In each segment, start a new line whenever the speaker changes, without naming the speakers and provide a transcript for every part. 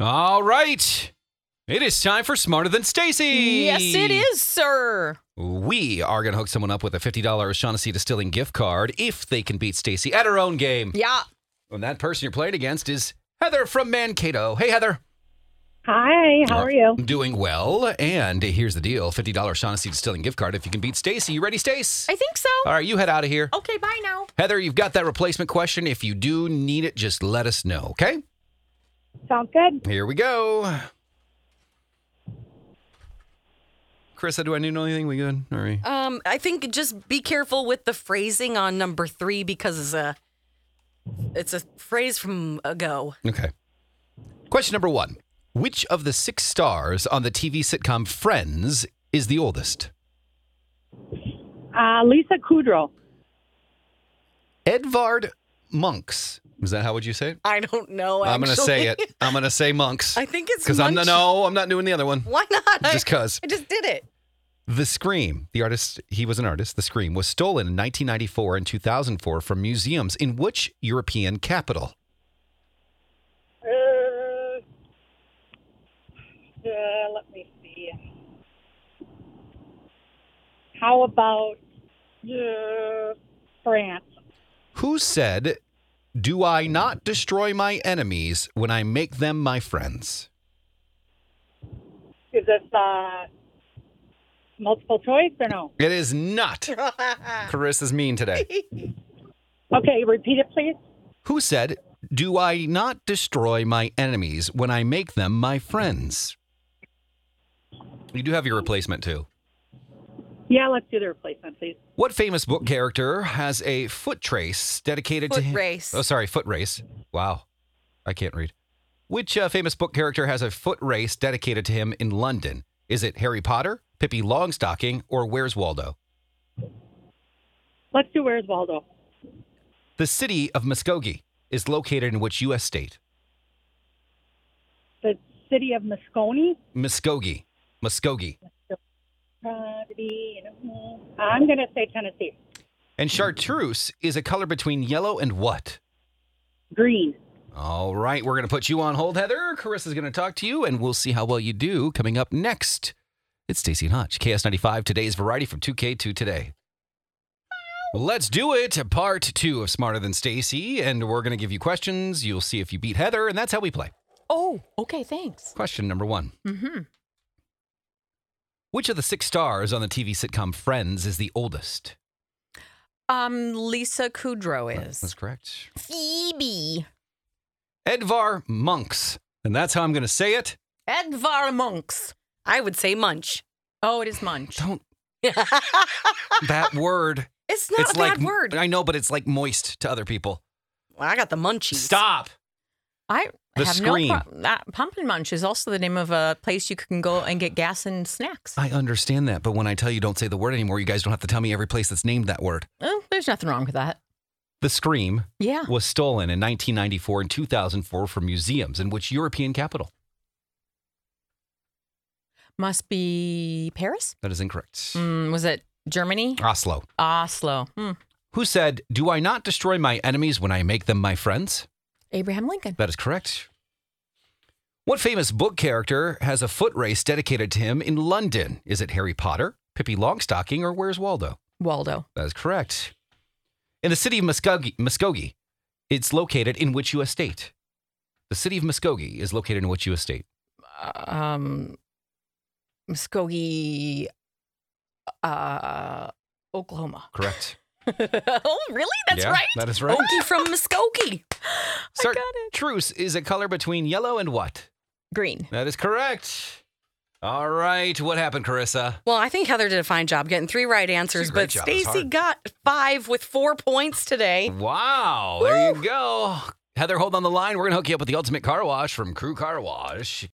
All right. It is time for Smarter Than Stacy.
Yes, it is, sir.
We are going to hook someone up with a $50 Shaughnessy Distilling gift card if they can beat Stacy at her own game.
Yeah.
And that person you're playing against is Heather from Mankato. Hey, Heather.
Hi, how are you?
Doing well. And here's the deal $50 Shaughnessy Distilling gift card if you can beat Stacy. You ready, Stace?
I think so.
All right, you head out of here.
Okay, bye now.
Heather, you've got that replacement question. If you do need it, just let us know, okay?
Sounds good.
Here we go. Chris, do I need to know anything? We good? All right.
Um, I think just be careful with the phrasing on number three because it's a, it's a phrase from ago.
Okay. Question number one Which of the six stars on the TV sitcom Friends is the oldest?
Uh, Lisa Kudrow.
Edvard Monks. Is that how would you say it?
I don't know.
I'm going to say it.
Oh, actually.
I'm going to say Monks.
I think it's
Because I'm
Munch-
no, I'm not doing the other one.
Why not? I-
Just because.
I just did it.
The Scream, the artist, he was an artist, The Scream was stolen in 1994 and 2004 from museums in which European capital?
Uh, uh, let me see. How about uh, France?
Who said, Do I not destroy my enemies when I make them my friends?
Is this uh, multiple choice or no?
It is not. Carissa's mean today.
Okay, repeat it, please.
Who said, Do I not destroy my enemies when I make them my friends? You do have your replacement too.
Yeah, let's do the replacement, please.
What famous book character has a foot trace dedicated to
Foot
him?
race.
Oh, sorry, foot race. Wow, I can't read. Which uh, famous book character has a foot race dedicated to him in London? Is it Harry Potter, Pippi Longstocking, or Where's Waldo?
Let's do Where's Waldo?
The city of Muskogee is located in which U.S. state?
The city of Moscone.
Muskogee. Muskogee.
Uh, the- I'm going to say Tennessee.
And chartreuse is a color between yellow and what?
Green.
All right, we're going to put you on hold, Heather. Carissa's going to talk to you, and we'll see how well you do coming up next. It's Stacey and Hutch, KS95, today's variety from 2K to today. Let's do it. Part two of Smarter Than Stacy, and we're going to give you questions. You'll see if you beat Heather, and that's how we play.
Oh, okay, thanks.
Question number one
Mm-hmm.
Which of the six stars on the TV sitcom Friends is the oldest?
Um, Lisa Kudrow
That's
is
correct.
Phoebe
Edvar Monks. And that's how I'm going to say it.
Edvard Munch. I would say Munch. Oh, it is Munch.
Don't
it's
that word.
not
it's
a
like
bad word.
I know, but it's like moist to other people.
Well, I got the munchies.
Stop.
I
The
have
screen.
no problem. Uh, Pumpkin Munch is also the name of a place you can go and get gas and snacks.
I understand that, but when I tell you don't say the word anymore, you guys don't have to tell me every place that's named that word.
Eh, there's nothing wrong with that.
The Scream
Yeah.
was stolen in 1994 and 2004 from museums in which European capital?
Must be Paris?
That is incorrect.
Mm, was it Germany?
Oslo.
Oslo. Hmm.
Who said, Do I not destroy my enemies when I make them my friends?
Abraham Lincoln.
That is correct. What famous book character has a foot race dedicated to him in London? Is it Harry Potter, Pippi Longstocking, or Where's Waldo?
Waldo.
That is correct. In the city of Muskogee, Muskogee, it's located in which U.S. state? The city of Muskogee is located in which U.S. state?
Uh, Um, Muskogee, uh, Oklahoma.
Correct.
oh, really? That's
Yeah,
right. Oh
That is right.
Okie from Muskogee.
I got it.
Chartreuse is a color between yellow and what?
Green.
That is correct. All right. What happened, Carissa?
Well, I think Heather did a fine job getting three right answers,
She did a
but
great job. It was
Stacy
hard.
got five with four points today.
Wow. There you go. Heather, hold on the line. We're going to hook you up with the ultimate car wash from Crew Car Wash.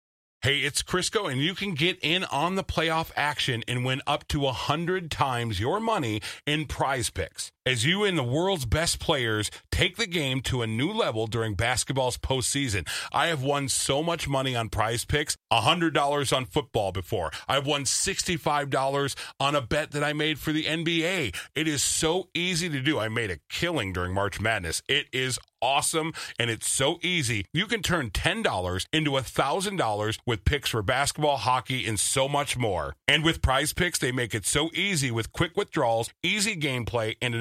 Hey, it's Crisco, and you can get in on the playoff action and win up to 100 times your money in prize picks. as you and the world's best players take the game to a new level during basketball's postseason. I have won so much money on prize picks, $100 on football before. I've won $65 on a bet that I made for the NBA. It is so easy to do. I made a killing during March Madness. It is awesome and it's so easy. You can turn $10 into $1,000 with picks for basketball, hockey, and so much more. And with prize picks, they make it so easy with quick withdrawals, easy gameplay, and an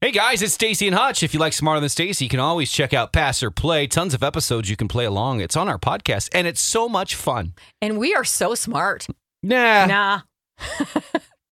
Hey guys, it's Stacy and Hutch. If you like Smarter Than Stacy, you can always check out Pass or Play. Tons of episodes you can play along. It's on our podcast, and it's so much fun.
And we are so smart.
Nah,
Nah.